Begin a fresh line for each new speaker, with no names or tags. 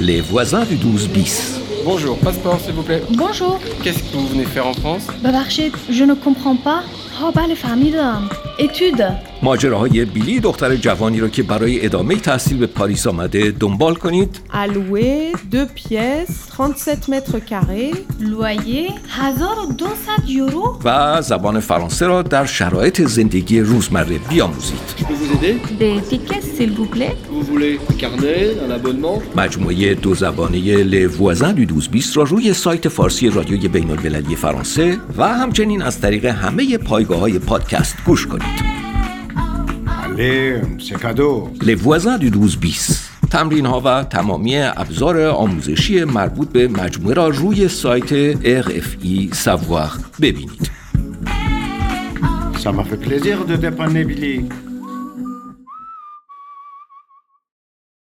les voisins du 12 bis.
Bonjour, passeport s'il vous plaît.
Bonjour.
Qu'est-ce que vous venez faire en France
ببخشید je ne comprends pas Oh, bah, ها بله فهمیدم étude
ماجراهای بیلی دختر جوانی رو که برای ادامه تحصیل به پاریس آمده دنبال کنید
à louer, deux pièces, 37 mètres carrés.
loyer 1200 یورو
و زبان فرانسه را در شرایط زندگی روزمره بیاموزید.
Je peux vous aider
Des tickets, s'il vous plaît.
Vous voulez un carnet, un abonnement
مجموعه دو زبانه لوازن دو دوز بیست را روی سایت فارسی رادیوی بین المللی فرانسه و همچنین از طریق همه پایگاه های پادکست گوش کنید.
Allez, c'est cadeau.
لوازن دو دوز بیست تمرین ها و تمامی ابزار آموزشی مربوط به مجموعه را روی سایت RFI Savoir ببینید.
Ça m'a fait plaisir de dépanner Billy.